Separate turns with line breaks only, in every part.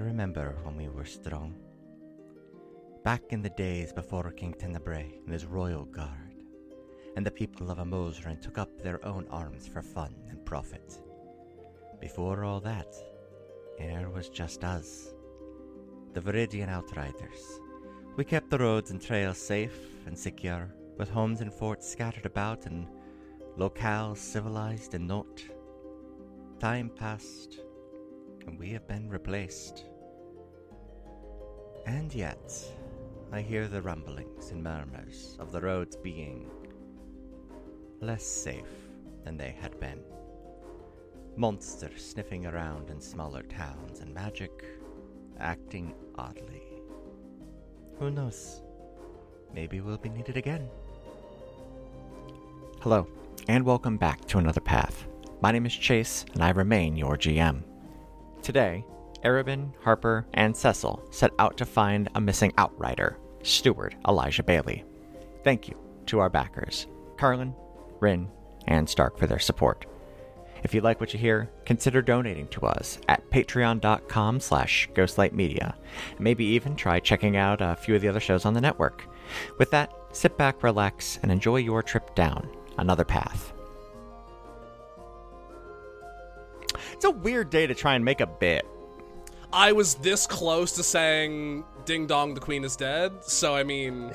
remember when we were strong. Back in the days before King Tenebrae and his royal guard, and the people of Amosran took up their own arms for fun and profit. Before all that, air was just us, the Viridian Outriders. We kept the roads and trails safe and secure, with homes and forts scattered about and locales civilized and not. Time passed, and we have been replaced. And yet, I hear the rumblings and murmurs of the roads being less safe than they had been. Monsters sniffing around in smaller towns and magic acting oddly. Who knows? Maybe we'll be needed again. Hello, and welcome back to Another Path. My name is Chase, and I remain your GM. Today, Arabin, Harper, and Cecil set out to find a missing outrider, steward Elijah Bailey. Thank you to our backers, Carlin, Rin, and Stark for their support. If you like what you hear, consider donating to us at patreon.com slash ghostlightmedia, and maybe even try checking out a few of the other shows on the network. With that, sit back, relax, and enjoy your trip down another path. It's a weird day to try and make a bit.
I was this close to saying "Ding dong, the queen is dead." So I mean,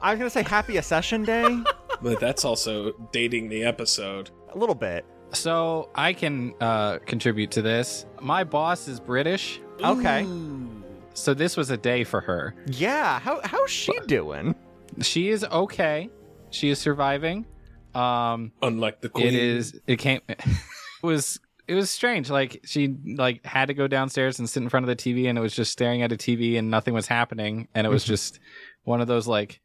I was gonna say happy accession day,
But that's also dating the episode.
a little bit.
So I can uh, contribute to this. My boss is British,
Okay.
so this was a day for her.
Yeah. How how's she doing?
She is okay. She is surviving. Um,
Unlike the queen,
it is. It came. It was. It was strange. Like she like had to go downstairs and sit in front of the TV, and it was just staring at a TV, and nothing was happening, and it was just one of those like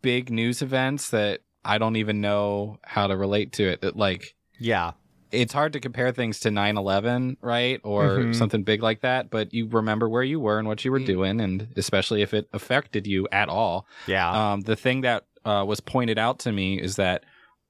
big news events that I don't even know how to relate to it. That like
Yeah.
it's hard to compare things to 9-11 right or
Mhm.
something big like that but you remember where you were and what you were
Mm.
doing and especially if it affected you at all
Yeah.
um, the thing that uh, was pointed out to me is that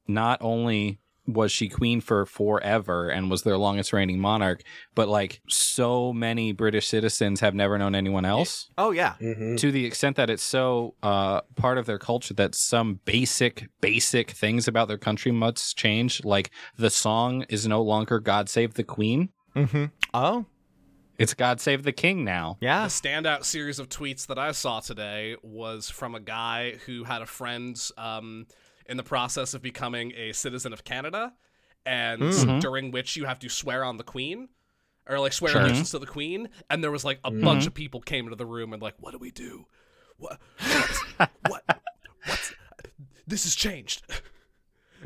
not only was she queen for forever and was their longest reigning monarch but like so many british citizens have never known anyone else
oh yeah.
Mhm.
to the extent that it's so uh, part of their culture that some basic, basic things about their country must change. Like the song is no longer "God Save the Queen."
Mm-hmm. Oh
It's "God Save the King" now.
the
yeah.
standout series of tweets that I saw today was from a guy who had a friend um, in the process of becoming a citizen of Canada, and
Mhm.
during which you have to swear on the queen. Or like swear
Sure.
allegiance to the queen, and there was like a
Mhm.
bunch of people came into the room and like, what do we do? What? What? what? What's, this has changed.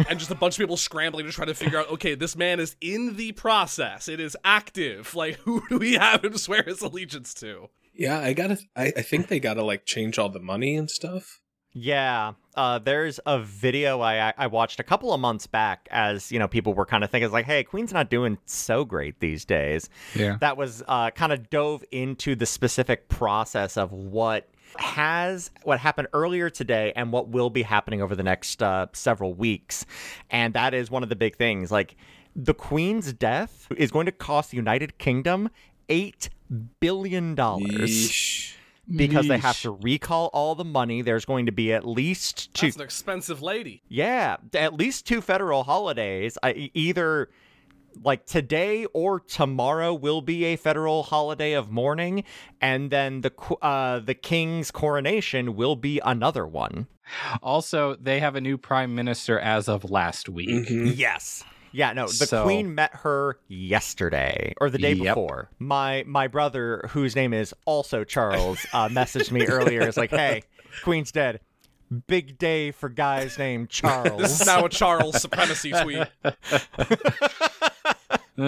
and just a bunch of people scrambling to try to figure out okay this man is in the process it is active like who do we have him swear his allegiance to
Yeah, I gotta. I, I think they gotta like change all the money and stuff.
Yeah. Uh, there's a video I I- I watched a couple of months back as you know people were kind of thinking it's like, hey, Queen's not doing so great these days.
Yeah.
that was uh, kind of dove into the specific process of what has what happened earlier today and what will be happening over the next uh, several weeks and that is one of the big things like the queen's death is going to cost the united kingdom 8 billion dollars
Yeesh.
because they have
Yeesh.
to recall all the money there's going to be at least two
that's an expensive lady
yeah, at least two federal holidays. I, e- either like today or tomorrow will be a federal holiday of mourning, and then the qu- uh, the king's coronation will be another one.
Also, they have a new prime minister as of last week.
Mhm.
Yes. Yeah, no, the
Mm. So-
queen met her yesterday or the day
Yep.
before. My my brother, whose name is also Charles, uh, messaged me earlier. It's like, hey, queen's dead. Big day for guys named Charles.
this is now a charles supremacy tweet
I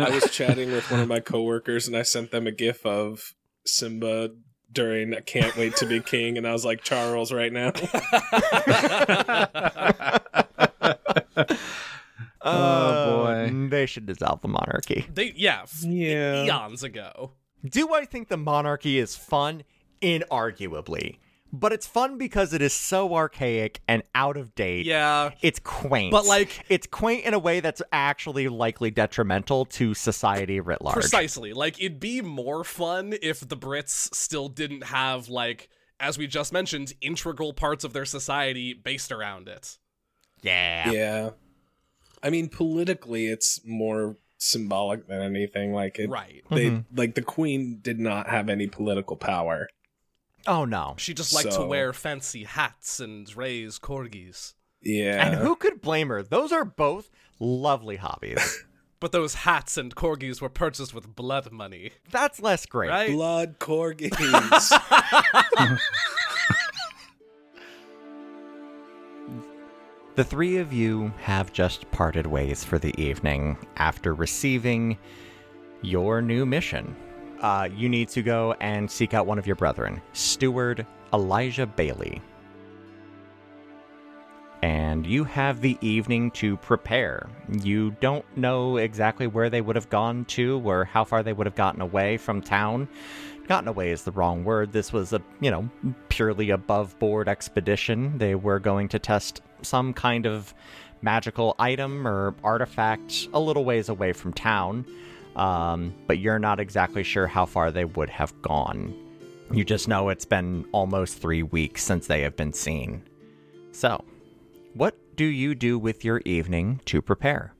was chatting with one of my coworkers and I sent them a gif of Simba during "I Can't Wait to Be King," and I was like, "Charles, right now."
Oh,
Uh,
boy.
They should dissolve the monarchy.
they yeah, f-
Yeah.
eons ago
Do I think the monarchy is fun? Inarguably. but it's fun because it is so archaic and out of date.
Yeah.
It's quaint.
But, like-
it's quaint in a way that's actually likely detrimental to society writ large.
Precisely. Like it'd be more fun if the Brits still didn't have like as we just mentioned integral parts of their society based around it.
Yeah.
Yeah. I mean, politically, it's more symbolic than anything. Like, it,
Right.
they
Mhm.
like the queen did not have any political power.
Oh no.
She just liked to
So-
wear fancy hats and raise corgis.
Yeah.
And who could blame her? Those are both lovely hobbies.
But those hats and corgis were purchased with blood money,
that's less great.
right?
Blood corgis.
The three of you have just parted ways for the evening after receiving your new mission. Uh, you need to go and seek out one of your brethren, Steward Elijah Bailey. And you have the evening to prepare. You don't know exactly where they would have gone to or how far they would have gotten away from town. Gotten away is the wrong word. This was a, you know, purely above board expedition. They were going to test some kind of magical item or artifact a little ways away from town. Um, but you're not exactly sure how far they would have gone. You just know it's been almost three weeks since they have been seen. So, what do you do with your evening to prepare?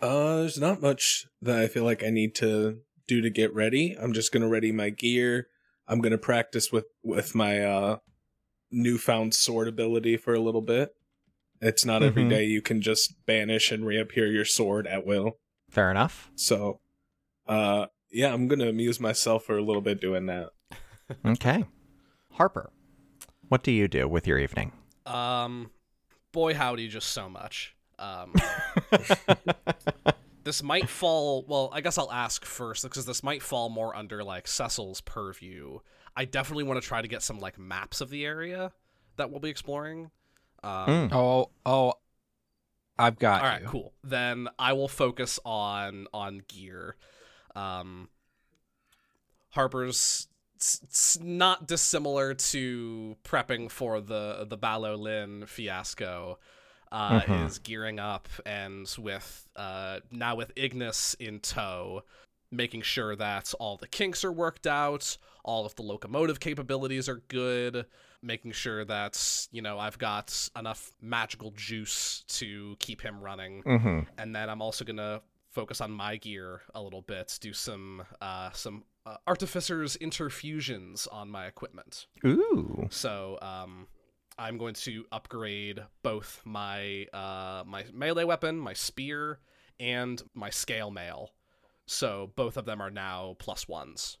Uh, there's not much that I feel like I need to do to get ready. I'm just gonna ready my gear. I'm gonna practice with with my uh newfound sword ability for a little bit. It's not every
Mhm.
day you can just banish and reappear your sword at will.
Fair enough.
So, uh, yeah, I'm gonna amuse myself for a little bit doing that.
Okay. Harper, what do you do with your evening?
Um, boy, howdy, just so much. Um, this might fall. Well, I guess I'll ask first because this might fall more under like Cecil's purview. I definitely want to try to get some like maps of the area that we'll be exploring. Um,
Mm.
Oh, oh, I've got
All right,
you.
cool. Then I will focus on on gear. Um, Harper's s- s- not dissimilar to prepping for the the Balolin fiasco. Uh,
Mm-hmm.
Mhm.
Is gearing up and with uh, now with Ignis in tow, making sure that all the kinks are worked out, all of the locomotive capabilities are good, making sure that you know I've got enough magical juice to keep him running,
Mm-hmm.
and then I'm also gonna focus on my gear a little bit, do some uh, some uh, artificers interfusions on my equipment.
Ooh.
So um, I'm going to upgrade both my uh, my melee weapon, my spear, and my scale mail. So both of them are now plus ones.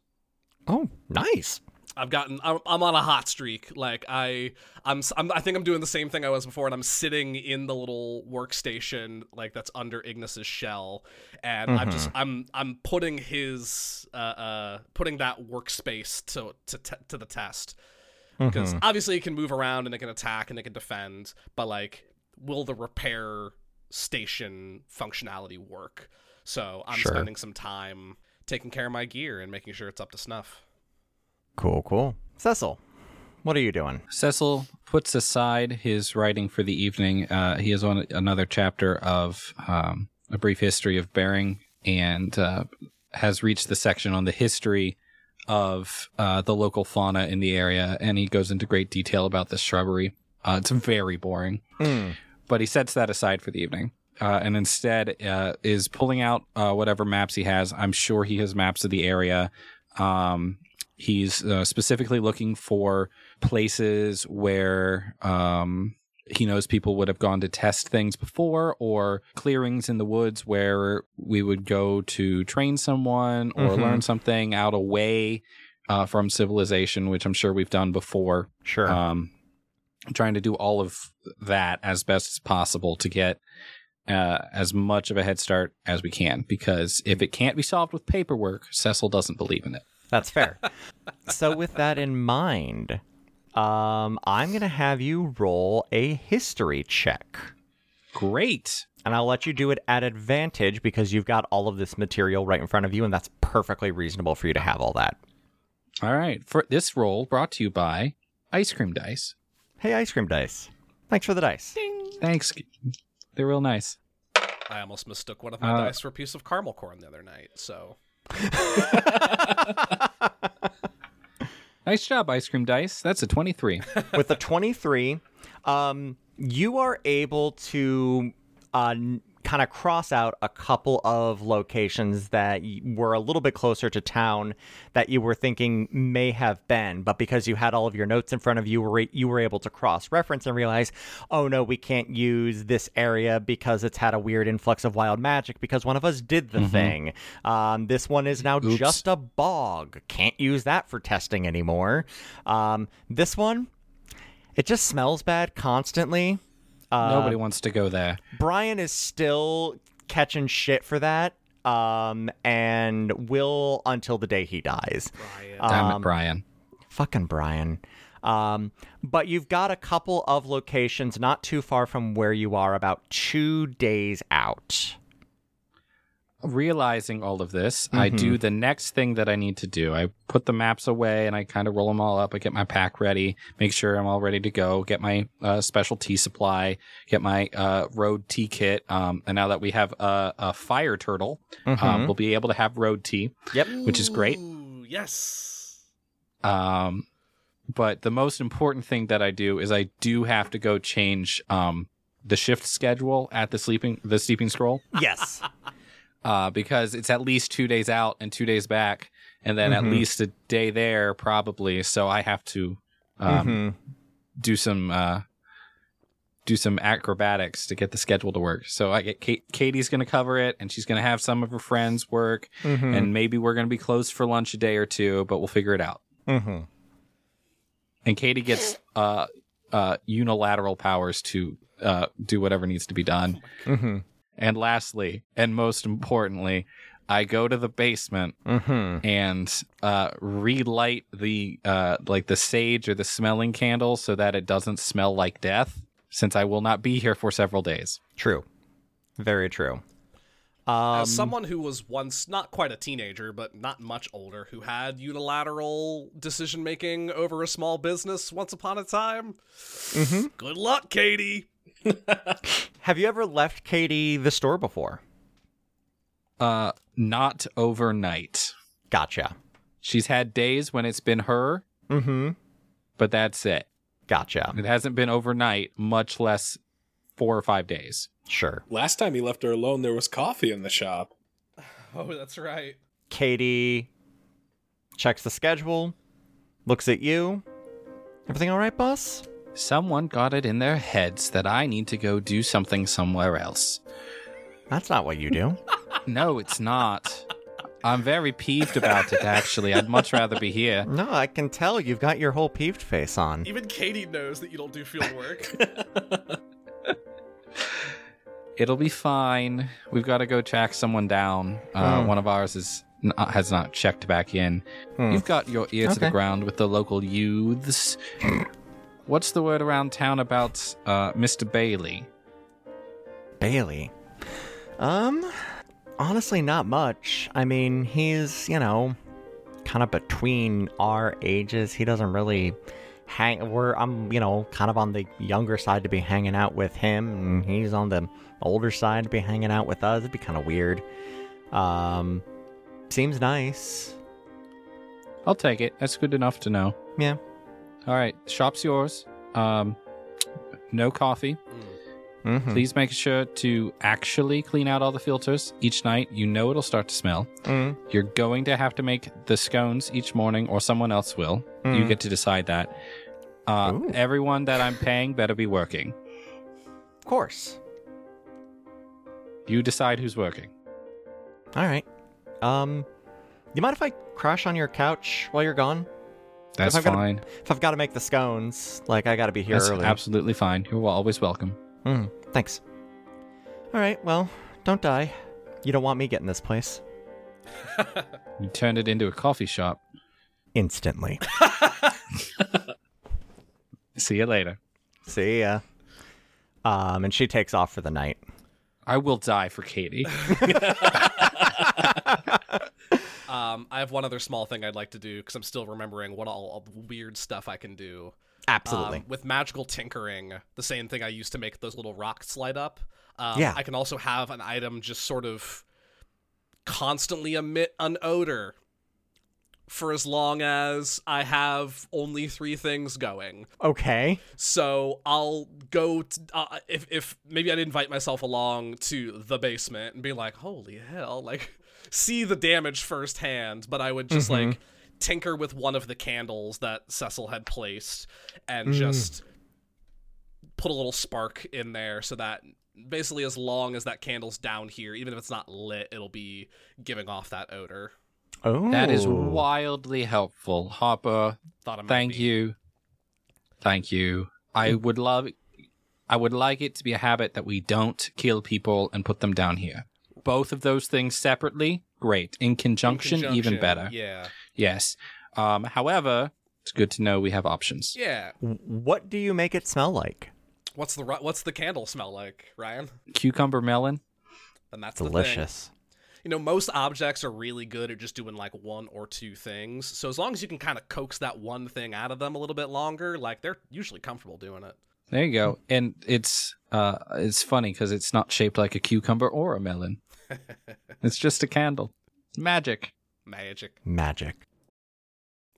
Oh, nice.
I've gotten. I'm, I'm on a hot streak. Like I, I'm, s- I'm. I think I'm doing the same thing I was before, and I'm sitting in the little workstation like that's under Ignis's shell, and I'm just. I'm. I'm putting his. Uh, uh. Putting that workspace to to te- to the test because obviously it can move around and it can attack and it can defend, but like, will the repair station functionality work? So I'm
Sure.
spending some time taking care of my gear and making sure it's up to snuff.
Cool, cool. Cecil, what are you doing?
Cecil puts aside his writing for the evening. Uh, he is on another chapter of um, A Brief History of Bering and uh, has reached the section on the history of uh, the local fauna in the area. And he goes into great detail about this shrubbery. Uh, it's very boring
Hmm.
but he sets that aside for the evening uh, and instead uh, is pulling out uh, whatever maps he has. I'm sure he has maps of the area. Um, he's uh, specifically looking for places where um, he knows people would have gone to test things before or clearings in the woods where we would go to train someone or
Mhm.
learn something out away uh, from civilization, which I'm sure we've done before
Sure.
um, trying to do all of that as best as possible to get uh, as much of a head start as we can. Because if it can't be solved with paperwork, Cecil doesn't believe in it.
That's fair. so, with that in mind, um, I'm going to have you roll a history check.
Great.
And I'll let you do it at advantage because you've got all of this material right in front of you, and that's perfectly reasonable for you to have all that.
All right. For this role brought to you by ice cream dice.
Hey, ice cream dice. Thanks for the dice.
Thanks. They're real nice.
I almost mistook one of my
Uh,
dice for a piece of caramel corn the other night. So
Nice job, ice cream dice. That's a 23.
with the 23 um, you are able to uh, kind of cross out a couple of locations that y- were a little bit closer to town that you were thinking may have been but because you had all of your notes in front of you were you were able to cross reference and realize oh no we can't use this area because it's had a weird influx of wild magic because one of us did the thing um, this one is now
Oops.
just a bog can't use that for testing anymore um, this one it just smells bad constantly.
Nobody wants to go there.
Brian is still catching shit for that, um, and will until the day he dies.
Damn it, Brian.
Fucking Brian. Um, but you've got a couple of locations not too far from where you are, about two days out.
Realizing all of this, I do the next thing that I need to do. I put the maps away and I kind of roll them all up. I get my pack ready, make sure I'm all ready to go, get my uh, special tea supply, get my uh, road tea kit. Um, and now that we have a, a fire turtle, um,
Mhm.
we'll be able to have road tea.
Yep.
Which is great.
Ooh, yes.
Um, but the most important thing that I do is I do have to go change um, the shift schedule at the sleeping the sleeping scroll
yes.
uh, because it's at least two days out and two days back, and then
Mhm.
at least a day there probably. So I have to um,
Mhm.
do some uh, do some acrobatics to get the schedule to work. So I get Kate, Katie's going to cover it, and she's going to have some of her friends work,
Mhm.
and maybe we're going to be closed for lunch a day or two, but we'll figure it out.
Mhm.
and Katie gets uh, uh, unilateral powers to uh, do whatever needs to be done.
Mhm.
And lastly, and most importantly, I go to the basement
Mhm.
and uh, relight the uh, like the sage or the smelling candle so that it doesn't smell like death, since I will not be here for several days.
True. Very true. Um,
Um,
As someone who was once not quite a teenager, but not much older, who had unilateral decision making over a small business once upon a time.
Mm-hmm.
Good luck, Katie.
Have you ever left Katie the store before?
Uh, not overnight.
Gotcha.
She's had days when it's been her,
Mhm.
but that's it.
Gotcha.
It hasn't been overnight, much less four or five days.
Sure.
Last time he left her alone, there was coffee in the shop.
Oh, that's right.
Katie checks the schedule, looks at you. Everything all right, boss?
Someone got it in their heads that I need to go do something somewhere else.
That's not what you do.
No, it's not. I'm very peeved about it, actually. I'd much rather be here.
no, I can tell you've got your whole peeved face on.
Even Katie knows that you don't do field work.
It'll be fine. We've got to go track someone down. Uh, One of ours is n- uh, has not checked back in. You've got your ear to the
Okay.
ground with the local youths. What's the word around town about uh, Mr. Bailey?
Bailey. Um, honestly, not much. I mean, he's, you know, kind of between our ages. He doesn't really hang. We're, I'm, you know, kind of on the younger side to be hanging out with him, and he's on the older side to be hanging out with us. It'd be kind of weird. Um, seems nice.
I'll take it. That's good enough to know.
Yeah.
All right, shop's yours. Um, no coffee.
Mm-hmm.
Please make sure to actually clean out all the filters each night. You know it'll start to smell.
Mm.
You're going to have to make the scones each morning, or someone else will. You get to decide that. Uh,
Hmm. Ooh.
everyone that I'm paying better be working.
Of course.
You decide who's working.
All right. Um, you mind if I crash on your couch while you're gone?
That's
I've gotta
fine.
If I've got to make the scones, like I got to be here
That's
early.
absolutely fine. You're always welcome.
Mm, thanks. All right. Well, don't die. You don't want me getting this place
You turned it into a coffee shop.
instantly.
See you later.
See ya. Um, and she takes off for the night.
I will die for Katie.
Um, I have one other small thing I'd like to do because I'm still remembering what all of the weird stuff I can do.
Absolutely.
Um, with magical tinkering, the same thing I used to make those little rocks light up. Um,
Yeah.
I can also have an item just sort of constantly emit an odor for as long as I have only three things going.
Um,
okay.
So I'll go t- uh, if if maybe I'd invite myself along to the basement and be like, "Holy hell!" Like see the damage firsthand. But I would just
Mm-hmm.
like tinker with one of the candles that Cecil had placed and
Mm.
just put a little spark in there so that basically as long as that candle's down here, even if it's not lit, it'll be giving off that odor.
Oh.
That is wildly helpful, Harper.
Thought I might
Thank
be-
you. Thank you. I would love I would like it to be a habit that we don't kill people and put them down here. Both of those things separately, great. In
In
conjunction, even
conjunction,
better.
Yeah,
Yes. Um, however, it's good to know we have options.
yeah.
What do you make it smell like?
What's the ru- what's the candle smell like, Ryan?
Cucumber melon.
And that's The thing.
Delicious.
you know most objects are really good at just doing like one or two things so as long as you can kind of coax that one thing out of them a little bit longer like they're usually comfortable doing it
There you go.
Mm.
And it's uh, it's funny because it's not shaped like a cucumber or a melon. it's just a candle. Magic.
magic
Magic.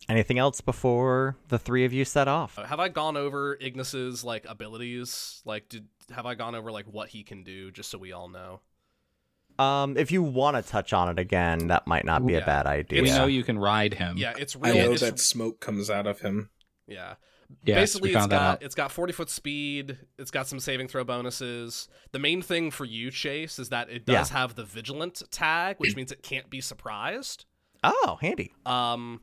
Anything else before the three of you set off?
Uh, have i gone over ignis's like abilities like did have i gone over like what he can do just so we all know
Um, if you want to touch on it again, that might not be
Yeah.
a bad idea.
We know you can ride him.
yeah it's
I
real
know
it's-
that smoke comes out of him.
yeah
Yes,
basically
we
it's
found that
got
out.
it's got 40 foot speed it's got some saving throw bonuses the main thing for you chase is that it does have the vigilant tag which means it can't be surprised
Oh, handy.
Um,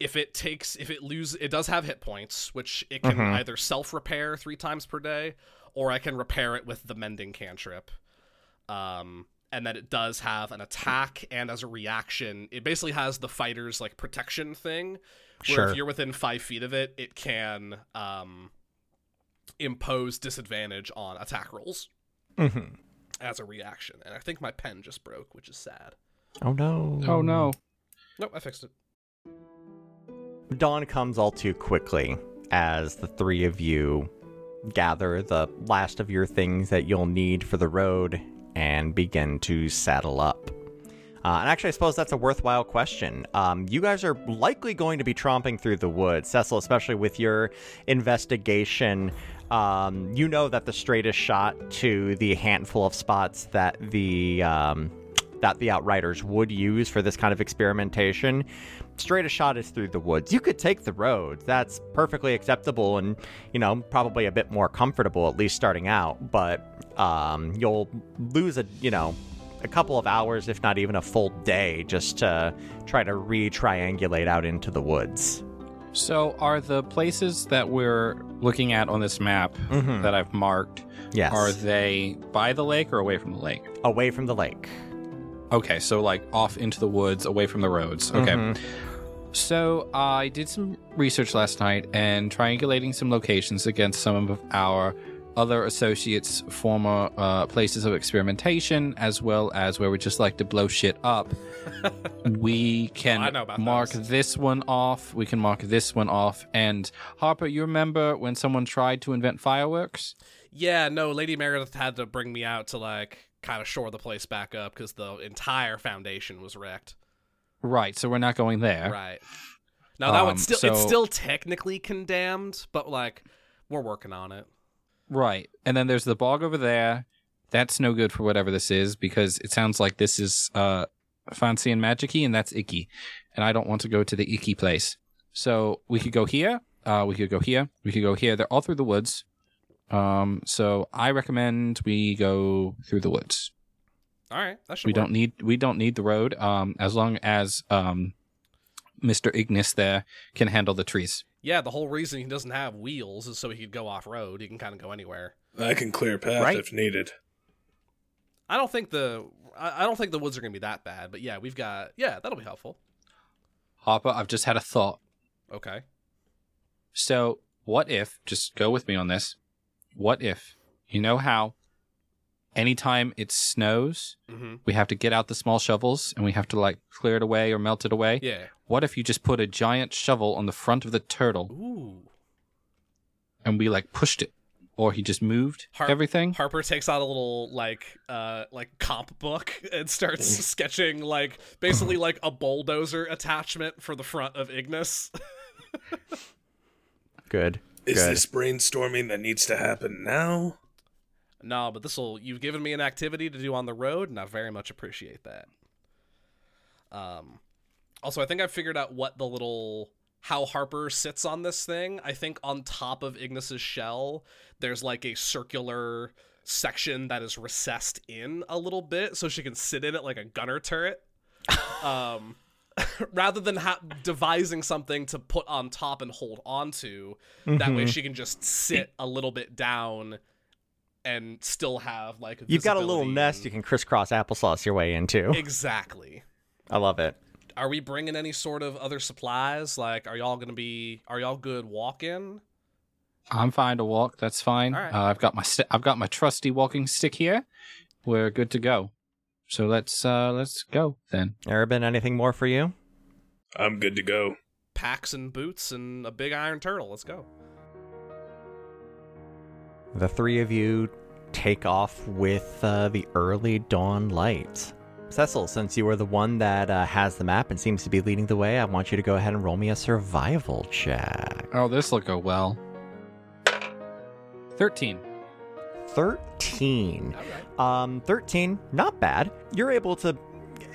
if it takes, if it lose, it does have hit points, which it can
Mhm.
either self repair three times per day, or I can repair it with the mending cantrip. Um, and that it does have an attack and as a reaction, it basically has the fighter's like protection thing, where
Sure.
if you're within five feet of it, it can um impose disadvantage on attack rolls
Mm-hmm.
as a reaction. And I think my pen just broke, which is sad.
Oh no.
Oh no.
Nope, I fixed it.
Dawn comes all too quickly as the three of you gather the last of your things that you'll need for the road and begin to saddle up. Uh, and actually, I suppose that's a worthwhile question. Um, you guys are likely going to be tromping through the woods, Cecil, especially with your investigation. Um, you know that the straightest shot to the handful of spots that the um, that the outriders would use for this kind of experimentation, straightest shot is through the woods. You could take the roads; That's perfectly acceptable, and you know probably a bit more comfortable at least starting out. But um, you'll lose a you know a couple of hours, if not even a full day, just to try to re-triangulate out into the woods.
So, are the places that we're looking at on this map
Mhm.
that I've marked,
Yes,
are they by the lake or away from the lake?
away from the lake.
Okay, so like off into the woods, away from the roads. Okay.
Mhm.
So, I did some research last night and triangulating some locations against some of our other associates' former uh, places of experimentation, as well as where we just like to blow shit up. we can
I know about
mark
those.
this one off. We can mark this one off. And Harper, you remember when someone tried to invent fireworks?
Yeah, no, Lady Meredith had to bring me out to like kind of shore the place back up because the entire foundation was wrecked.
Right. So we're not going there.
Right. Now that
Um,
one's still it's
so-
still technically condemned, but like we're working on it.
Right. And then there's the bog over there. That's no good for whatever this is because it sounds like this is uh fancy and magicy and that's icky. And I don't want to go to the icky place. So we could go here, uh we could go here, we could go here. They're all through the woods. Um so I recommend we go through the woods.
All right, that should
We
work.
don't need we don't need the road um as long as um Mr. Ignis there can handle the trees.
Yeah, the whole reason he doesn't have wheels is so he could go off road. He can kind of go anywhere.
I can clear a path
Right.
if needed.
I don't think the I, I don't think the woods are gonna be that bad, but yeah, we've got yeah that'll be helpful.
Harper, I've just had a thought.
Okay.
So, what if, just go with me on this, what if, you know how anytime it snows,
Mm-hmm.
we have to get out the small shovels and we have to like clear it away or melt it away?
Yeah.
What if you just put a giant shovel on the front of the turtle
Ooh.
and we like pushed it, or he just moved
Harp-
everything.
Harper takes out a little like uh like comp book and starts sketching like basically like a bulldozer attachment for the front of Ignis.
Good.
Is
good.
this brainstorming that needs to happen now?
no, but this will you've given me an activity to do on the road, and I very much appreciate that. Um also I think I figured out what the little how Harper sits on this thing. I think on top of Ignis's shell, there's like a circular section that is recessed in a little bit so she can sit in it like a gunner turret. um rather than ha- devising something to put on top and hold onto, that way
Mm-hmm.
Mhm.
she can just sit a little bit down and still have like
You've got a little
visibility
nest you
and-
can crisscross applesauce your way into.
exactly
I love it.
are we bringing any sort of other supplies like are y'all gonna be are y'all good walking
I'm fine to walk. That's fine.
All right.
Uh, I've got my st- I've got my trusty walking stick here. We're good to go. So let's uh let's go then.
Arabin, anything more for you?
I'm good to go.
packs and boots and a big iron turtle let's go
The three of you take off with uh, the early dawn light. Cecil, since you are the one that uh, has the map and seems to be leading the way, I want you to go ahead and roll me a survival check.
Oh, this will go well. Thirteen.
13.
all right
Um, 13, not bad. You're able to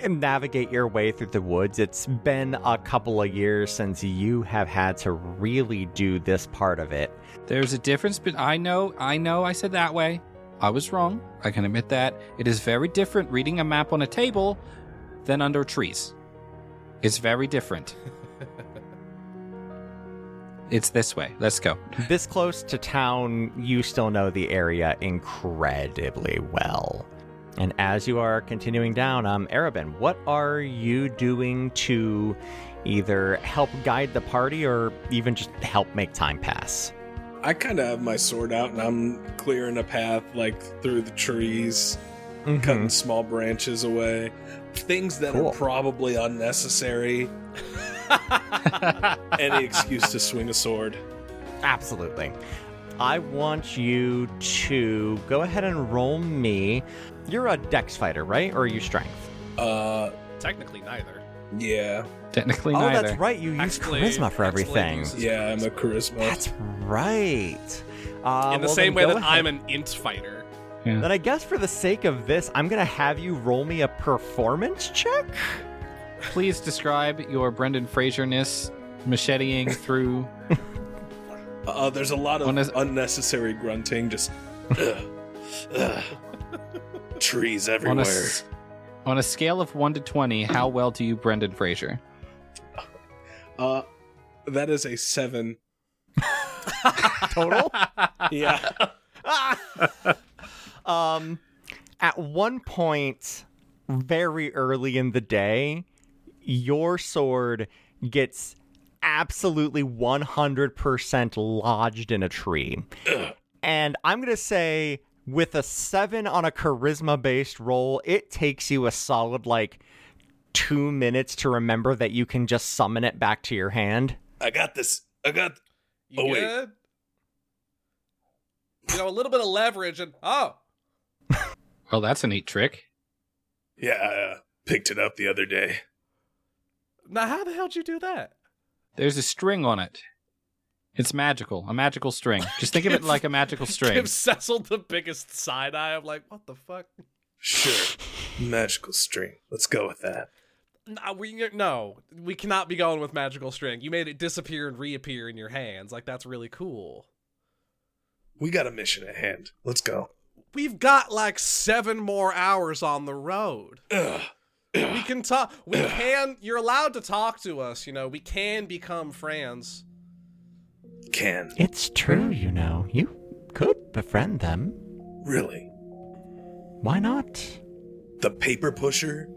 navigate your way through the woods. It's been a couple of years since you have had to really do this part of it.
There's a difference, but I know, I know I said that way. I was wrong. I can admit that. It is very different reading a map on a table than under trees. It's very different. it's this way. Let's go.
This close to town, you still know the area incredibly well. And as you are continuing down, um, Arabin, what are you doing to either help guide the party or even just help make time pass?
I kind of have my sword out and I'm clearing a path like through the trees, cutting small branches away. Things that
Mm-hmm. Cool.
are probably unnecessary. Any excuse to swing a sword.
Absolutely. I want you to go ahead and roll me. You're a dex fighter, right? Or are you strength?
Uh,
technically neither
yeah,
Technically,
oh,
neither.
that's right. You use
Actually-
charisma for
actually
everything.
uses
yeah, I'm a charisma.
That's right. Uh,
in
well,
the
then
same way
go
that
ahead.
i'm an int fighter
Then I guess for the sake of this, I'm gonna have you roll me a performance check.
Please describe your Brendan Fraser-ness macheteing through.
Uh, there's a lot of
Unnes-
unnecessary grunting. Just ugh, ugh. trees
on a,
everywhere.
s- on a scale of 1 to 20, how well do you Brendan Fraser?
Uh, that is a seven.
Total.
Yeah.
um, at one point, very early in the day, your sword gets absolutely 100% lodged in a tree. and I'm going to say, with a seven on a charisma based roll, it takes you a solid, like, two minutes to remember that you can just summon it back to your hand.
I got this. I got.
you
Oh, wait.
good you know a little bit of leverage and oh
Well, that's a neat trick.
Yeah, I uh, picked it up the other day.
now how the hell'd you do that
There's a string on it. It's magical, a magical string. Just think of it like a magical string.
give cecil the biggest side eye i'm like what the fuck
Sure. Magical string. Let's go with that.
no we, no, we cannot be going with magical string. You made it disappear and reappear in your hands. Like, that's really cool.
We got a mission at hand. Let's go.
We've got like seven more hours on the road.
Ugh.
We can talk. We can. You're allowed to talk to us. You know, we can become friends.
Can.
It's true, you know. You could befriend them.
Really?
Why not?
The paper pusher?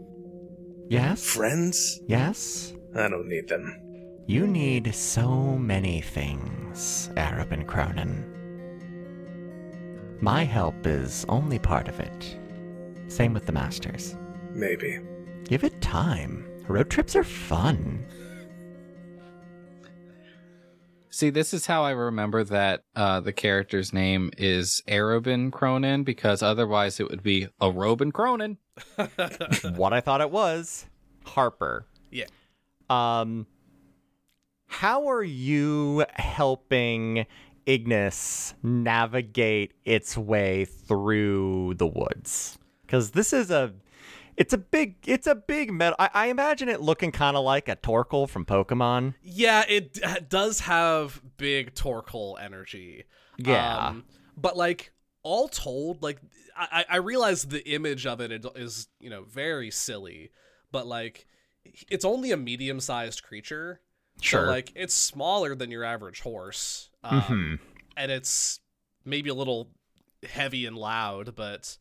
Yes.
Friends?
Yes.
I don't need them.
You need so many things, Arab and Cronin. My help is only part of it. Same with the Masters.
Maybe.
Give it time. Road trips are fun.
See, this is how I remember that uh, the character's name is Arobin Cronin because otherwise it would be Arobin Cronin.
what I thought it was, Harper.
Yeah.
Um, how are you helping Ignis navigate its way through the woods? Because this is a, it's a big, it's a big metal. I, I imagine it looking kind of like a Torkoal from Pokemon.
Yeah, it d- does have big Torkoal energy. Um,
Yeah.
but like all told, like I, I I realize the image of it is you know very silly, but like it's only a medium sized creature.
Sure. Mm-hmm.
So like it's smaller than your average horse. Um, And it's maybe a little heavy and loud, but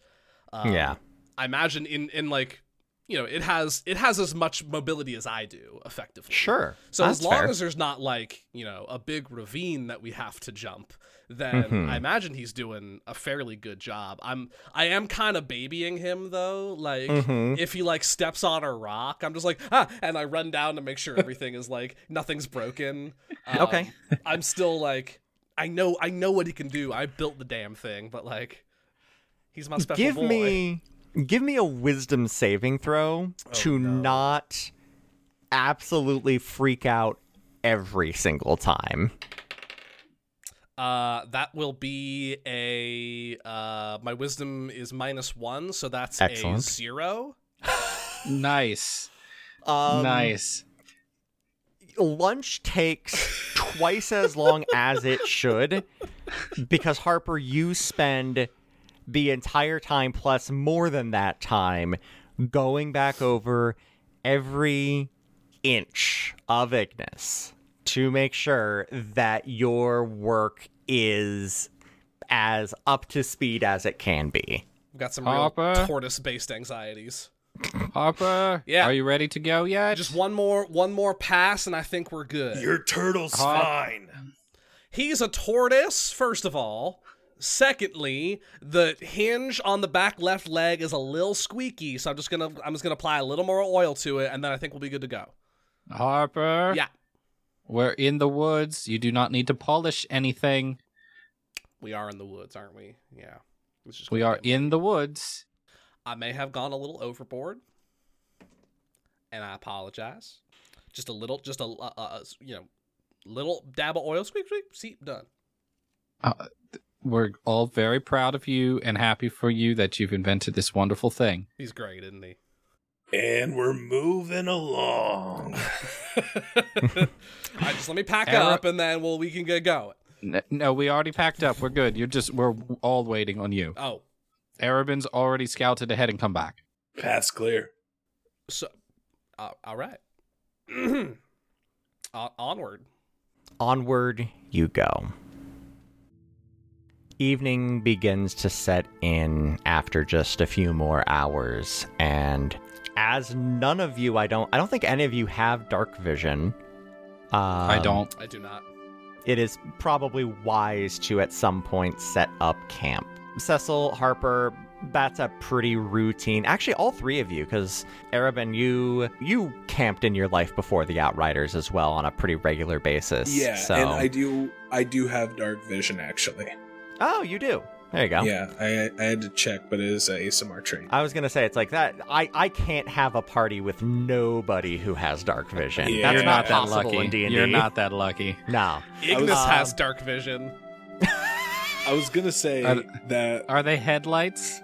um,
yeah.
I imagine in in like you know it has it has as much mobility as I do effectively.
Sure.
So
That's
as long
fair.
as there's not like you know a big ravine that we have to jump, then
Mhm.
I imagine he's doing a fairly good job. I'm I am kind of babying him though. Like
Mhm.
if he like steps on a rock, I'm just like ah, and I run down to make sure everything is like nothing's broken. Um,
Okay.
I'm still like I know I know what he can do. I built the damn thing, but like he's my special
give
boy. Oh,
me give me a wisdom saving throw to not absolutely freak out every single time.
Uh, that will be a uh, my wisdom is minus one, so that's a
Excellent.
zero.
Nice.
Um,
nice.
Lunch takes twice as long as it should because Harper, you spend the entire time plus more than that time going back over every inch of Ignis to make sure that your work is as up to speed as it can be.
I've got some real
Papa?
tortoise-based anxieties.
Harper,
Yeah.
are you ready to go yet?
Just one more, one more pass, and I think we're good.
Your turtle's
Huh?
fine.
He's a tortoise, first of all. Secondly, the hinge on the back left leg is a little squeaky, so I'm just gonna I'm just gonna apply a little more oil to it, and then I think we'll be good to go.
Harper,
Yeah,
we're in the woods. You do not need to polish anything.
we are in the woods, aren't we? Yeah, It's just
We
gonna
are
get-
in the woods.
I may have gone a little overboard, and I apologize. Just a little, just a uh, uh, you know, little dab of oil, squeak, squeak, see, done.
We're all very proud of you and happy for you that you've invented this wonderful thing.
He's great, isn't he?
And we're moving along.
I just let me pack
Era-
up, and then well, we can get going.
N- No, we already packed up. We're good. You're just we're all waiting on you.
Oh,
Arabin's already scouted ahead and come back.
Path's clear.
so uh, all right, On onward.
Onward you go. Evening begins to set in after just a few more hours and as none of you I don't I don't think any of you have dark vision. Um,
I don't.
I do not.
It is probably wise to at some point set up camp. Cecil Harper that's a pretty routine. Actually, all three of you, because Arabin, you you camped in your life before the Outriders as well on a pretty regular basis.
Yeah,
so.
and I do. I do have dark vision actually.
Oh, you do. There you go.
Yeah, I, I had to check, but it is a ASMR trait.
I was gonna say it's like that. I, I can't have a party with nobody who has dark vision.
Yeah.
That's
You're not, that
possible
lucky.
in D&D.
You're not that lucky.
No.
Ignis
was-
has dark vision.
I was gonna say
I-
that
Are they headlights?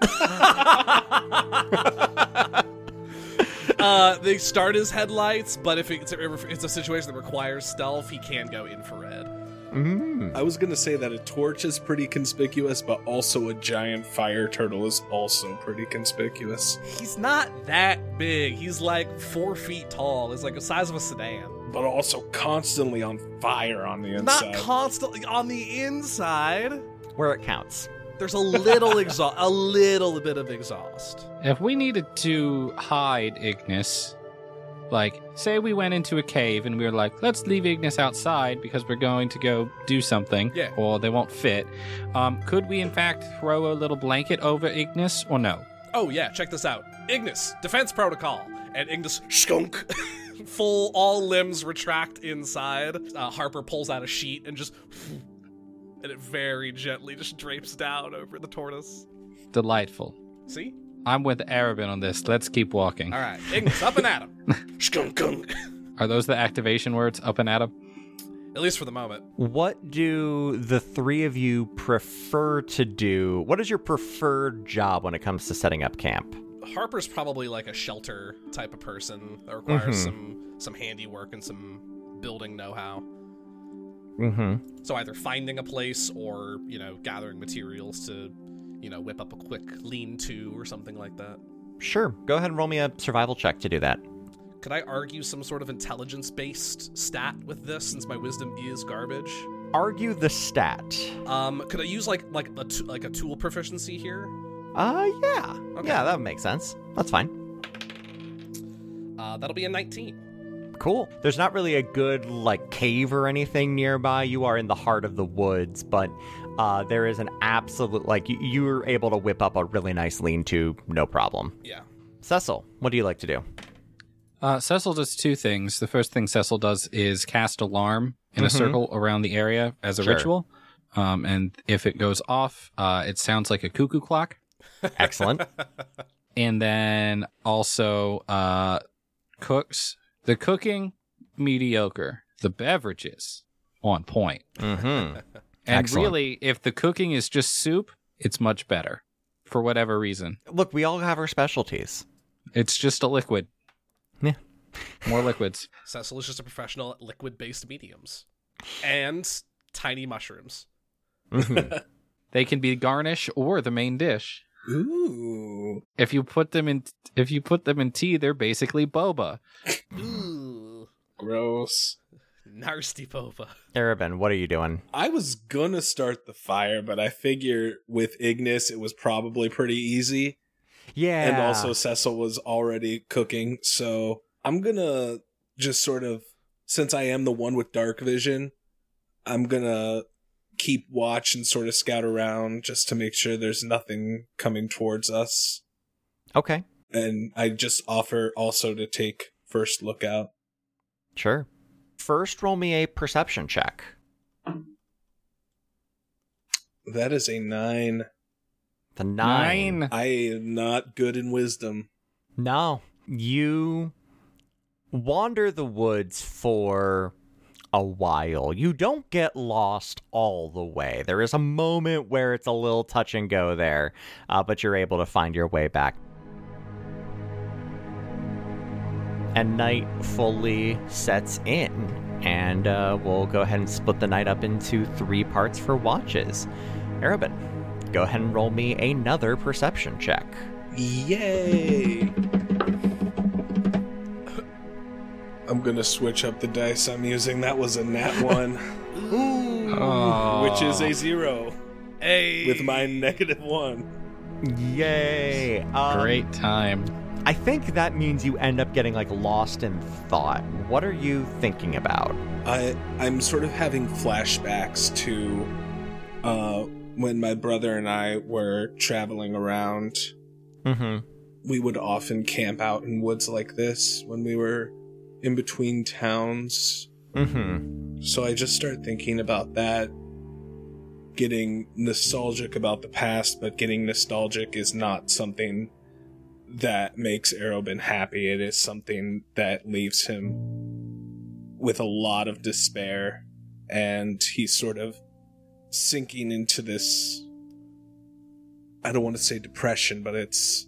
Uh, they start as headlights, but if it's a, if it's a situation that requires stealth, he can go infrared.
Mm.
I was gonna say that a torch is pretty conspicuous, but also a giant fire turtle is also pretty conspicuous.
He's not that big. He's like four feet tall. He's like the size of a sedan.
But also constantly on fire on the
Not
inside.
constantly on the inside.
Where it counts.
There's a little exhaust, a little bit of exhaust.
if we needed to hide Ignis, like say we went into a cave and we were like, let's leave Ignis outside because we're going to go do something,
Yeah.
or they won't fit. Um, could we in fact throw a little blanket over Ignis or no?
Oh yeah, check this out. Ignis, defense protocol, and Ignis skunk. full all limbs retract inside. Uh, Harper pulls out a sheet and just and it very gently just drapes down over the tortoise.
Delightful.
See?
I'm with Arabin on this. Let's keep walking.
All right, Ignis up and at him. Skunk, skunk.
Are those the activation words? Up and at 'em?
At least for the moment.
What do the three of you prefer to do? What is your preferred job when it comes to setting up camp?
Harper's probably like a shelter type of person that requires some some handiwork and some building know-how.
Mm-hmm.
So either finding a place or, you know, gathering materials to, you know, whip up a quick lean-to or something like that.
Sure. Go ahead and roll me a survival check to do that.
Could I argue some sort of intelligence-based stat with this since my wisdom is garbage?
Argue the stat.
Um, could I use like like a t- like a tool proficiency here?
Uh, yeah.
Okay.
Yeah, that makes sense. That's fine.
Uh, that'll be a 19.
Cool. There's not really a good, like, cave or anything nearby. You are in the heart of the woods, but uh, there is an absolute, like, you, you were able to whip up a really nice lean to, no problem.
Yeah.
Cecil, what do you like to do?
Uh, Cecil does two things. The first thing Cecil does is cast alarm in a
Mhm.
circle around the area as a
Sure.
ritual. Um, and if it goes off, uh, it sounds like a cuckoo clock.
Excellent.
And then also uh, cooks. The cooking, mediocre. The beverages, on point.
mm-hmm.
And
Excellent.
really, if the cooking is just soup, it's much better for whatever reason.
Look, we all have our specialties.
It's just a liquid.
Yeah.
More liquids.
Cecil is just a professional at liquid-based mediums and tiny mushrooms.
Mm-hmm.
They can be garnish or the main dish.
Ooh.
If you put them in if you put them in tea, they're basically boba.
Ooh,
Gross.
nasty boba.
Arabin, what are you doing?
I was gonna start the fire, but I figure with Ignis it was probably pretty easy.
Yeah.
And also Cecil was already cooking, so I'm gonna just sort of since I am the one with dark vision, I'm gonna keep watch and sort of scout around just to make sure there's nothing coming towards us.
Okay.
And I just offer also to take first look out.
Sure. First, roll me a perception check.
That is a nine.
The nine.
Nine.
I am not good in wisdom.
No. You wander the woods for a while. You don't get lost all the way. There is a moment where it's a little touch and go there, uh, but you're able to find your way back. And night fully sets in, and uh, we'll go ahead and split the night up into three parts for watches. Arabin, go ahead and roll me another perception check.
Yay! I'm gonna switch up the dice I'm using. That was a nat one,
Oh.
which is a zero
Ah. Hey,
with my negative one.
Yay! Um,
Oh, great time.
I think that means you end up getting like lost in thought. What are you thinking about?
I I'm sort of having flashbacks to uh, when my brother and I were traveling around.
Mm-hmm.
We would often camp out in woods like this when we were in between towns
Mm-hmm.
So I just start thinking about that. Getting nostalgic about the past, but getting nostalgic is not something that makes Arobin happy. It is something that leaves him with a lot of despair, and he's sort of sinking into this. I don't want to say depression, but it's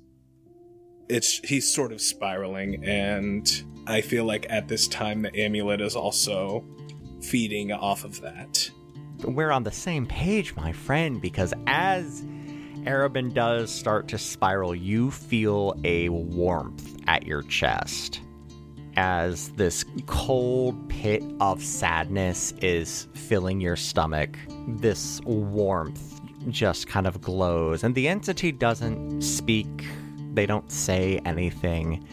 it's he's sort of spiraling, and I feel like at this time the amulet is also feeding off of that.
We're on the same page, my friend, because as Arabin does start to spiral, you feel a warmth at your chest as this cold pit of sadness is filling your stomach. This warmth just kind of glows, and the entity doesn't speak, they don't say anything.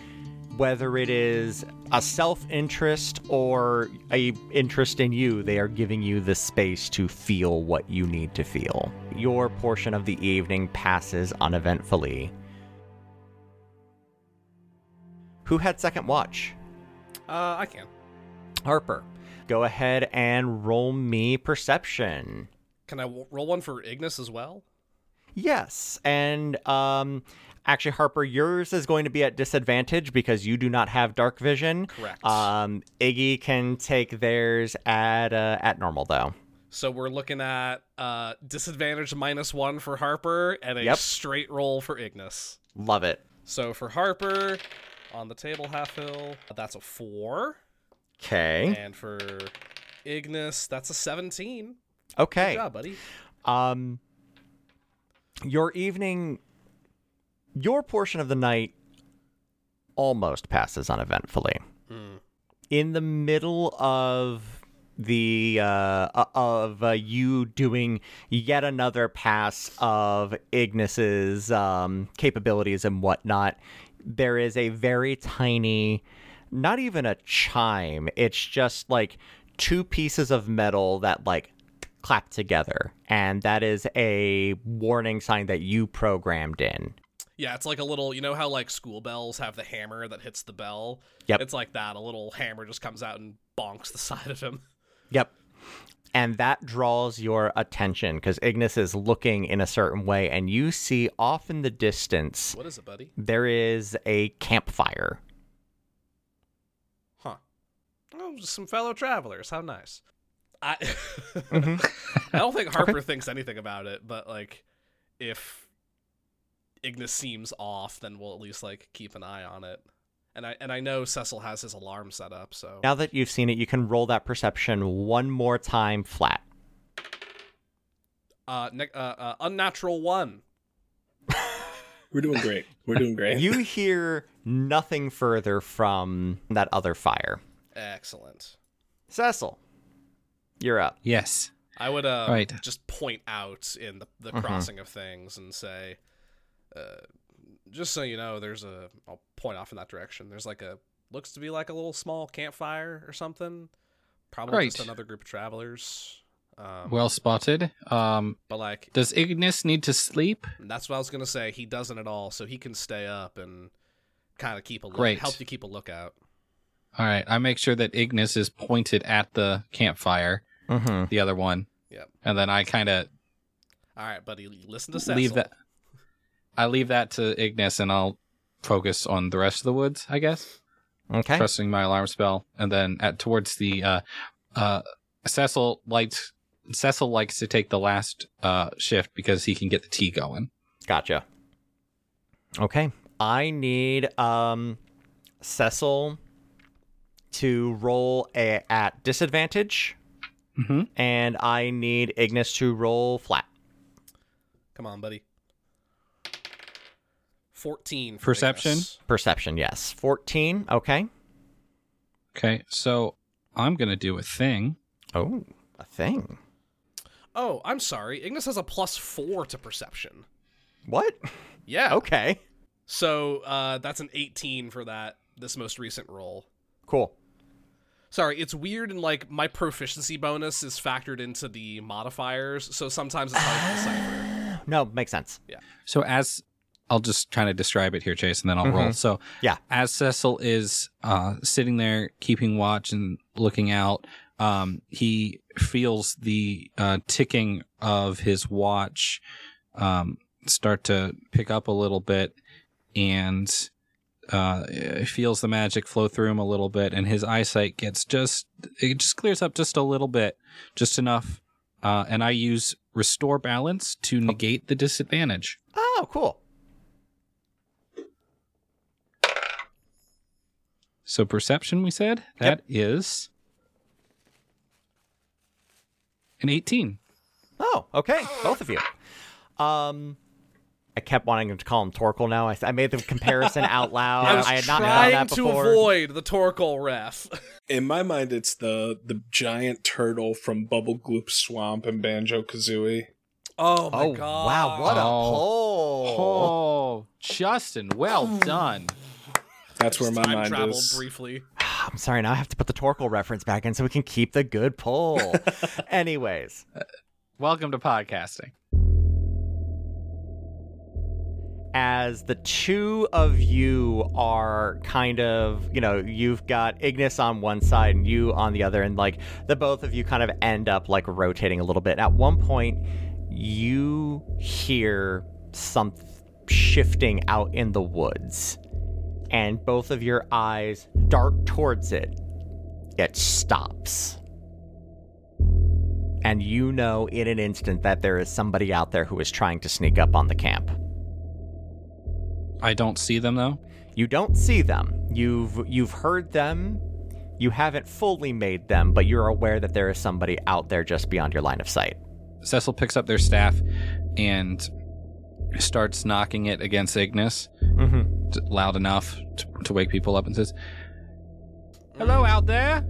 Whether it is a self-interest or a interest in you, they are giving you the space to feel what you need to feel. Your portion of the evening passes uneventfully. Who had second watch?
Uh, Uh, I can.
Harper, go ahead and roll me perception.
Can I w- roll one for Ignis as well?
Yes, and um, actually, Harper, yours is going to be at disadvantage because you do not have dark vision.
Correct.
Um, Iggy can take theirs at uh, at normal though.
So we're looking at uh, disadvantage minus one for Harper and a
Yep.
straight roll for Ignis.
Love it.
So for Harper, on the table half hill, that's a four,
Mm.
Okay.
and for Ignis, that's a seventeen. Good
Okay.
job, buddy.
Um, your evening, your portion of the night almost passes uneventfully. In the middle of the uh o- of uh, you doing yet another pass of Ignis's um capabilities and whatnot there is a very tiny not even a chime it's just like two pieces of metal that like clap together and that is a warning sign that you programmed in
Yeah, it's like a little, you know how like school bells have the hammer that hits the bell.
Yep.
It's like that. A little hammer just comes out and bonks the side of him.
yep and that draws your attention because ignis is looking in a certain way and you see off in the distance
What is it, buddy?
there is a campfire
Huh. Oh, just some fellow travelers. How nice. I
Mm-hmm.
I don't think Harper thinks anything about it, but like if Ignis seems off, then we'll at least like keep an eye on it. And I and I know Cecil has his alarm set up, so
now that you've seen it you can roll that perception one more time flat
uh, ne- uh, uh unnatural one.
We're doing great. We're doing great.
you hear nothing further from that other fire
Excellent.
cecil you're up
Yes.
I would uh
Right. Uh-huh.
just point out in the, the crossing of things and say, uh, just so you know, there's a I'll point off in that direction. There's like a looks to be like a little small campfire or something. Probably just
Right.
another group of travelers. Um,
Well spotted. Um,
but like
does Ignis need to sleep?
that's what I was gonna say. He doesn't at all, so he can stay up and kind of keep a look,
Great.
help you keep a lookout.
All right. I make sure that Ignis is pointed at the campfire,
mm-hmm.
the other one.
Yep.
And then I kind of
All right, buddy. Listen to Cecil.
leave that. I leave that to Ignis, and I'll focus on the rest of the woods. I guess,
okay
trusting my alarm spell, and then at towards the uh, uh, Cecil lights. Cecil likes to take the last uh, shift because he can get the tea going.
Gotcha. Okay. I need um Cecil to roll a, at disadvantage
Mm-hmm.
and I need Ignis to roll flat.
Come on, buddy. Fourteen for
Perception?
Ignis.
Perception, yes. 14, okay.
Okay, so I'm gonna do a thing.
Oh, a thing.
Oh, I'm sorry. Ignis has a plus four to perception.
What?
Yeah.
Okay.
So uh, that's an 18 for that this most recent roll.
Cool.
Sorry, it's weird and like my proficiency bonus is factored into the modifiers, so sometimes it's hard to decipher.
No, makes sense.
So as I'll just kind of describe it here, Chase, and then I'll roll. So
Yeah.
as Cecil is uh, sitting there keeping watch and looking out, um, he feels the uh, ticking of his watch um, start to pick up a little bit, and uh, he feels the magic flow through him a little bit, and his eyesight gets just it just clears up just a little bit, just enough. Uh, and I use restore balance to negate the disadvantage.
Oh, cool.
So perception, we said that is an eighteen.
Oh, okay. Both of you. Um I kept wanting to call him Torkel now. I, I made the comparison out loud.
I was
Uh, had not done
trying
that
to
before.
avoid the Torkoal ref.
In my mind, it's the the giant turtle from Bubble Gloop Swamp and Banjo Kazooie.
oh my
Oh
god.
wow! What a
Oh.
pull!
Oh, Justin, well done.
That's where my
Time
mind
traveled
is.
briefly.
I'm sorry. Now I have to put the Torkel reference back in so we can keep the good pull. Anyways,
Welcome to podcasting.
as the two of you are kind of, you know, you've got Ignis on one side and you on the other, and like the both of you kind of end up like rotating a little bit. At one point, you hear some shifting out in the woods, and both of your eyes dart towards it. It stops. And you know in an instant that there is somebody out there who is trying to sneak up on the camp.
I don't see them though.
You don't see them. You've you've heard them. You haven't fully made them, but you're aware that there is somebody out there just beyond your line of sight.
Cecil picks up their staff and starts knocking it against Ignis
Mm-hmm.
t- loud enough to, to wake people up and says, "Hello out there.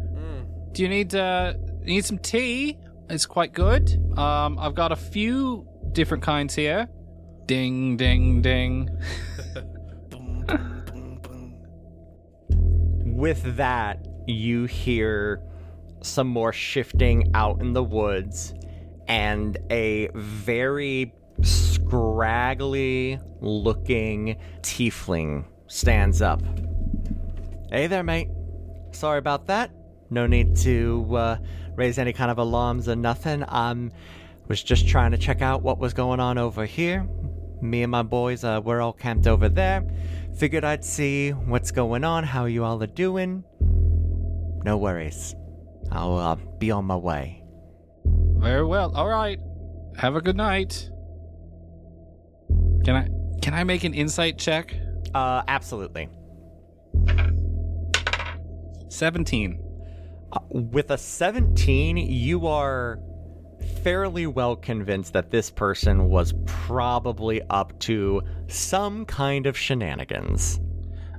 Do you need uh need some tea? It's quite good. Um, I've got a few different kinds here. Ding, ding, ding.
Boom, boom, boom, boom.
With that, you hear some more shifting out in the woods and a very scraggly looking tiefling stands up. Hey there, mate. Sorry about that. No need to uh, raise any kind of alarms or nothing. Um, was just trying to check out what was going on over here. Me and my boys, uh, we're all camped over there. Figured I'd see what's going on, how you all are doing. No worries. I'll uh, be on my way.
Very well. All right. Have a good night. Can I can I make an insight check?
Uh, absolutely.
Seventeen.
Uh, with a 17, you are fairly well convinced that this person was probably up to some kind of shenanigans.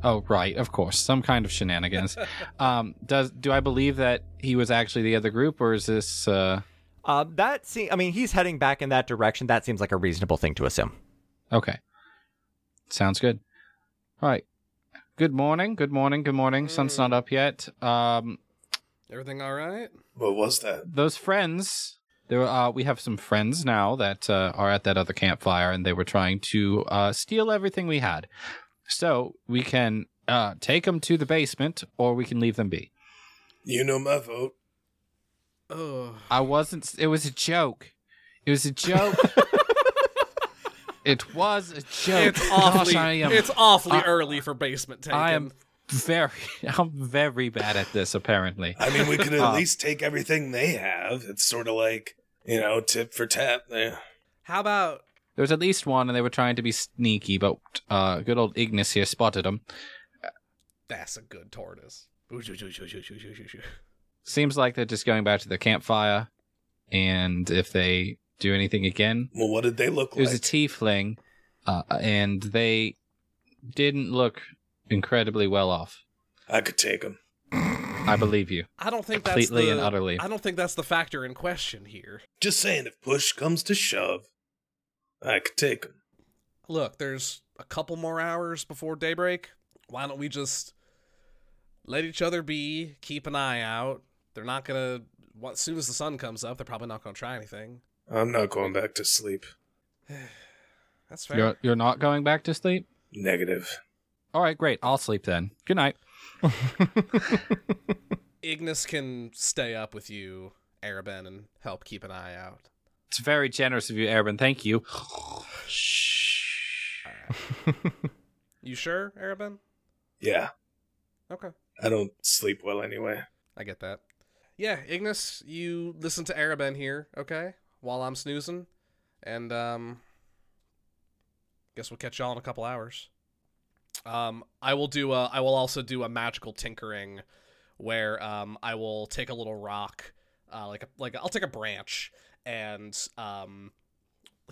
Oh right, of course, some kind of shenanigans. um, does do I believe that he was actually the other group, or is this? Uh,
Uh, that seems, I mean, he's heading back in that direction. That seems like a reasonable thing to assume.
Okay. Sounds good. All right. Good morning. Good morning. Good morning. Sun's not up yet. Um,
Everything all right?
What was that?
those friends. There, uh, we have some friends now that uh, are at that other campfire, and they were trying to uh, steal everything we had. So we can uh, take them to the basement, or we can leave them be.
You know my vote.
Oh,
I wasn't. It was a joke. It was a joke. it was a joke.
it's
Gosh,
awfully,
I am-
it's awfully
I-
early for basement taking.
I am very, I'm very bad at this. Apparently,
I mean, we could at
Uh.
least take everything they have. It's sort of like, you know, tip for tap Eh, there.
How about
there was at least one, and they were trying to be sneaky, but uh, good old Ignis here spotted them.
that's a good tortoise? Ooh, shoo, shoo, shoo, shoo, shoo, shoo, shoo, shoo.
Seems like they're just going back to the campfire, and if they do anything again,
Well, what did they look
it was a
like?
tiefling, uh, and they didn't look incredibly well off.
I could take them.
I believe you.
I don't think that's
Completely
the,
and utterly.
I don't think that's the factor in question here.
Just saying, if push comes to shove, I could take them.
Look, there's a couple more hours before daybreak. Why don't we just let each other be? Keep an eye out. They're not gonna. well, As soon as the sun comes up, they're probably not gonna try anything.
I'm not going back to sleep.
That's fair.
You're you're not going back to sleep.
Negative.
All right, great. I'll sleep then. Good night.
Ignis can stay up with you, Araben, and help keep an eye out.
It's very generous of you, Aaron. Thank you.
You sure, Araben?
Yeah,
Okay,
I don't sleep well anyway.
I get that. Yeah, Ignis, you listen to Araben here, okay? While I'm snoozing, and um, guess we'll catch y'all in a couple hours. Um, I will do a, I will also do a magical tinkering, where um, I will take a little rock, uh, like a, like I'll take a branch and um,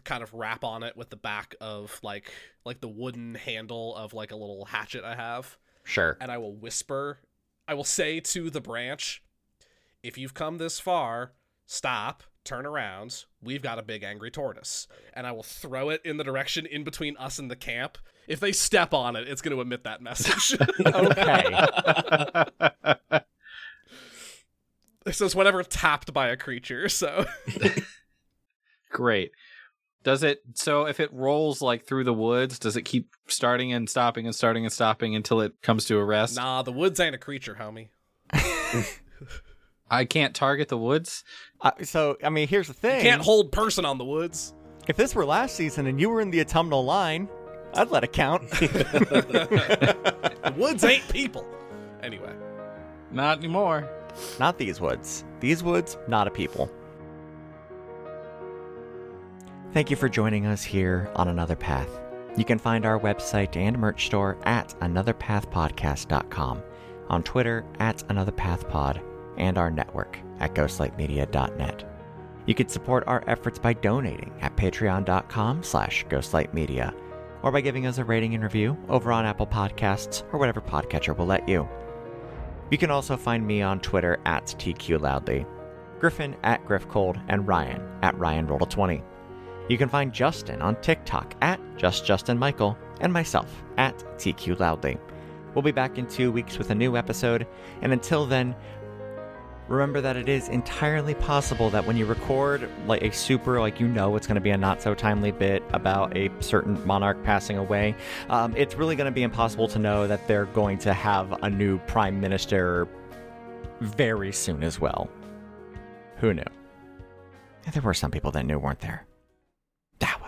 kind of rap on it with the back of like like the wooden handle of like a little hatchet I have
Sure.
and I will whisper, I will say to the branch, if you've come this far, stop, turn around. We've got a big angry tortoise. And I will throw it in the direction in between us and the camp. If they step on it, it's going to emit that message.
Okay.
it says whenever tapped by a creature. So
Great. Does it so if it rolls like through the woods, does it keep starting and stopping and starting and stopping until it comes to a rest?
Nah, the woods ain't a creature, homie.
I can't target the woods.
Uh, so, I mean, here's the thing.
Can't hold person on the woods.
if this were last season and you were in the autumnal line, I'd let it count.
The woods ain't people. Anyway,
Not anymore.
not these woods. These woods, not a people. Thank you for joining us here on Another Path. You can find our website and merch store at anotherpathpodcast.com, on Twitter at anotherpathpod, and our network at ghostlightmedia.net. You can support our efforts by donating at patreon.com slash ghostlightmedia, or by giving us a rating and review over on Apple Podcasts or whatever podcatcher will let you. You can also find me on Twitter at TQLoudly, Griffin at GriffCold, and Ryan at RyanRoll20. You can find Justin on TikTok at JustJustinMichael, and myself at TQLoudly. We'll be back in two weeks with a new episode, and until then, remember that it is entirely possible that when you record like a super like you know it's going to be a not so timely bit about a certain monarch passing away um, it's really going to be impossible to know that they're going to have a new prime minister very soon as well who knew there were some people that knew weren't there ah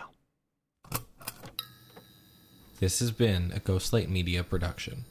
well
This has been a Ghostlight Media production.